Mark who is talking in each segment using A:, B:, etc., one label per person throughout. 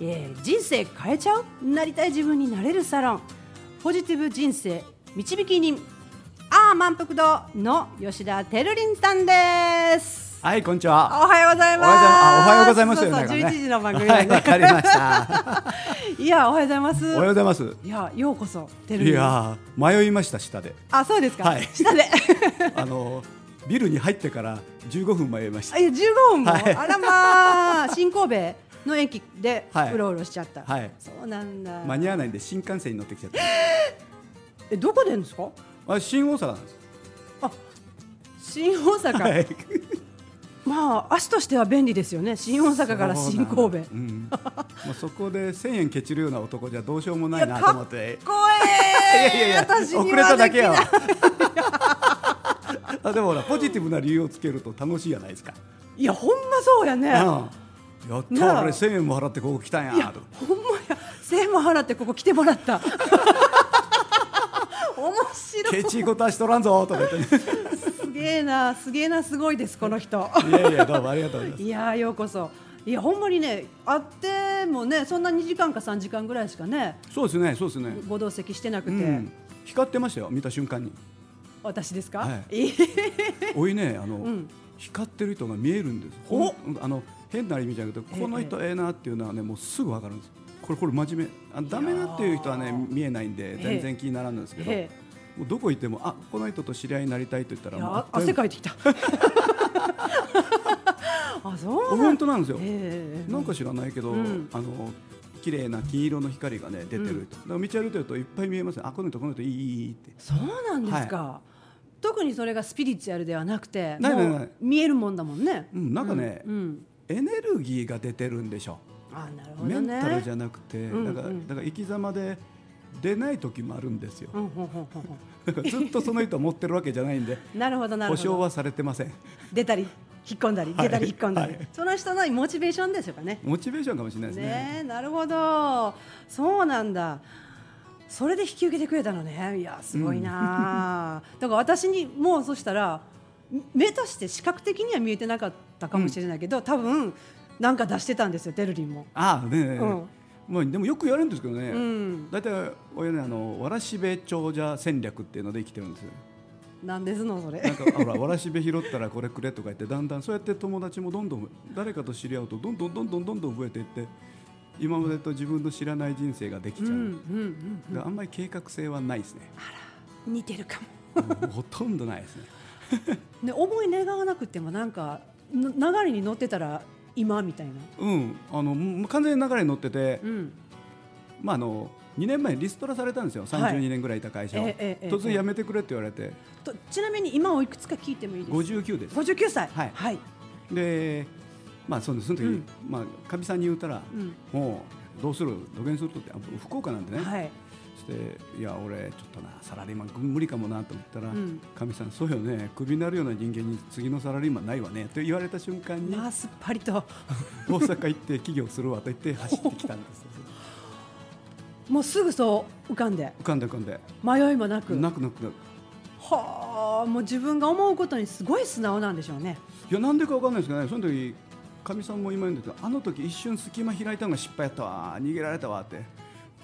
A: えー人生変えちゃうなりたい自分になれるサロンポジティブ人生導き人ああ満腹堂の吉田てるりんさんです
B: はい、こんにち
A: お
B: は。
A: はようございます
B: おはようございます。おはよう
A: そうそう
B: ございます。
A: 11時の番組
B: は
A: だ
B: い、
A: ね、
B: わかりま した。
A: い、やおはようございます
B: おはようございます。
A: いやようこそてる
B: い
A: りん
B: やー、迷いました下で。
A: あそうですか、
B: はい
A: 下 で
B: あのビルに入ってから15分迷いまし
A: あ
B: た。
A: いや15分も、
B: はい
A: あらまあ新神戸の駅で
B: はいう
A: ろうろしちゃった、
B: はい
A: そうなんだ
B: 間に合わないんで新幹線に乗ってきちゃっ
A: えどこでんですか
B: た。あ、新大阪なんです。
A: あ新大阪、
B: はい。
A: まあ足としては便利ですよね新大阪から新
B: そう
A: 神戸
B: なんだうん。もうそこで1000円ケチるような男じゃどうしようもない
A: や
B: なと
A: か
B: 思
A: っ
B: っ
A: こ
B: て。
A: ええ私には
B: 遅れただけやわ
A: できない
B: あでもほらポジティブな理由をつけると楽しいじゃないですか。
A: いやほんまそうやね、
B: うん。やった
A: なあ
B: ー俺1000円も払ってここ来たん
A: い
B: や
A: や
B: と。
A: ほんまや千円も払ってここ来てもらった 面白
B: ケ
A: い
B: チごたしとらんぞとか言って。
A: すげえなすげえなすごいですこの人
B: いやいやどうもありがとうございます。
A: いやーようこそいやほんまにね会ってもねそんな2時間か3時間ぐらいしかね
B: そうですねそうですね。
A: ご同席してなく
B: う
A: て、
B: ん。光ってましたよ見た瞬間に。
A: 私ですか、
B: は
A: え
B: おいねあの、
A: ん
B: 光ってる人が見えるんです。ほんあの変な意味じゃなくて
A: ええ
B: この人ええなっていうのはねもうすぐわかるんです。これこれ真面目あダメだっていう人はね見えないんで
A: え
B: 全然気にならんんですけど、
A: え
B: もうどこ行ってもあこの人と知り合いになりたいと言った
A: い
B: ら
A: や
B: もう
A: あ汗か
B: い
A: いてきた あそうなん
B: 本当なんですよ。
A: ええ
B: なんか知らないけど、
A: うん
B: あの綺麗な金色の光がね出てると、だから道歩いてるといっぱい見えますねあこの人この人いいいいいいって。
A: そうなんですか、特にそれがスピリチュアルではなくて
B: ないないない
A: もう見えるもんだもんね、
B: うんなんかね
A: うんうん
B: エネルギーが出てるんでしょ
A: あなるほど
B: メ
A: ね
B: ンタルじゃ
A: ゃ
B: なくて、
A: んうん
B: だからだから生き様で出ない時もあるんですよ、
A: うんうんうんうんう
B: だからずっとその人持ってるわけじゃないんで
A: んなるほど なる
B: 保
A: ほど
B: 証はされてません
A: 出たり引っ込んだり
B: はい
A: 出たり引っ込んだり、
B: はい
A: その人のモチベーションですよかね
B: モチベーションかもしれないですね
A: ねえなるほどそうなんだそれで引き受けてくれたのねいやすごいなあ、だから私にもうそしたら目として視覚的には見えてなかったかもしれないけど、多分なんか出してたんですよテルリンも。
B: ああねえ、
A: うん
B: まあ、でもよく言われるんですけどね、
A: うん
B: 大体俺ねあのわらしべ長者戦略っていうので生きてるんですよ
A: なんですのそれ
B: なんかあほらわらしべ拾ったらこれくれとか言ってだんだんそうやって友達もどんどん誰かと知り合うとどんどんどんどんどんどん増えていって今までと自分の知らない人生ができ
A: うん
B: ち
A: う
B: ゃう、
A: ん
B: だからあんまり計画性はないですね
A: うん似てるかも。
B: うんほとんどないですね。
A: ね思い願わなくてもなんかの流れに乗ってたら今みたいな。
B: うん、あのもう完全に流れに乗ってて、
A: うん
B: まああの2年前にリストラされたんですよ。
A: はい
B: 32年ぐらいいた会社を、
A: ええええ
B: 突然辞めてくれって言われて、
A: とちなみに今をいくつか聞いてもいいですか。
B: 59です。
A: 59歳。
B: はい
A: はい。
B: で、まあそのその時、
A: うん
B: まあかみさんに言うたら、
A: うん
B: もうどうする土下座するとってあ福岡なんでね。
A: はい。
B: そしていや俺ちょっとなサラリーマン無理かもなと思ったら
A: うん
B: かみ、さんそうよねクビになるような人間に次のサラリーマンないわねと言われた瞬間に
A: まあすっぱりと
B: 大阪行って起業するわと言って走ってきたんですよ。
A: もうすぐそう浮かんで
B: 浮かんで浮かんで。
A: 迷いもなく。
B: なくなくなく
A: はあもう自分が思うことにすごい素直なんでしょうね。
B: いやなんでかわかんないですけどねその時かみさんも今言うんですけどあの時一瞬隙間開いたのが失敗やったわ逃げられたわって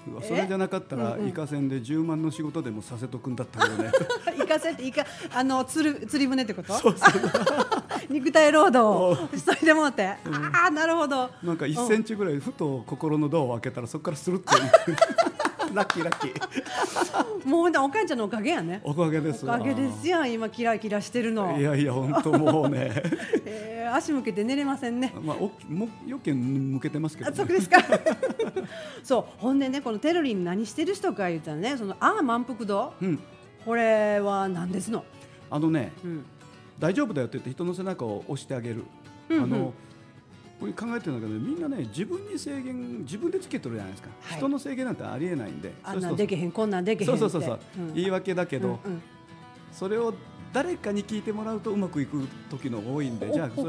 B: うわ
A: え
B: それじゃなかったら
A: うんうん
B: イカ船で10万の仕事でもさせとくんだったけ どね
A: 行かせて行かあの釣る釣り船ってこと？ 肉体労 働をしといてもうて。ああなるほど。
B: なんか1
A: う
B: センチぐらいふと心のドアを開けたらそこからスルッと ラッキーラッキー
A: もうほんとおかんちゃんのおかげやね。
B: おかげで
A: お
B: す
A: かげですやん今キラキラしてるの
B: い。やいや本当もうね
A: えー足向けて寝れませんね。
B: まあおもよけ向けてますけ
A: あそ
B: ど、
A: う
B: ね、
A: ですか そうほんでねこのテルリン何してる人か言ったらねそのああ満腹度、
B: うん
A: これは何ですの、
B: あのね
A: うん、
B: 大丈夫だよって言って人の背中を押してあげる、
A: うんうん
B: あのこれ考えてるんだけどみんなね自分に制限自分でつけてるじゃないですか、
A: はい
B: 人の制限なんてありえないんで
A: あんな
B: そ
A: ん
B: うそ
A: で
B: う
A: けへんこんなんでけへん
B: そ
A: っ
B: う
A: て
B: そうそうそう、
A: ん
B: 言い訳だけど、
A: うんうん
B: それを誰かに聞いてもらうとうまくいく時の方が多いんでじゃあそれ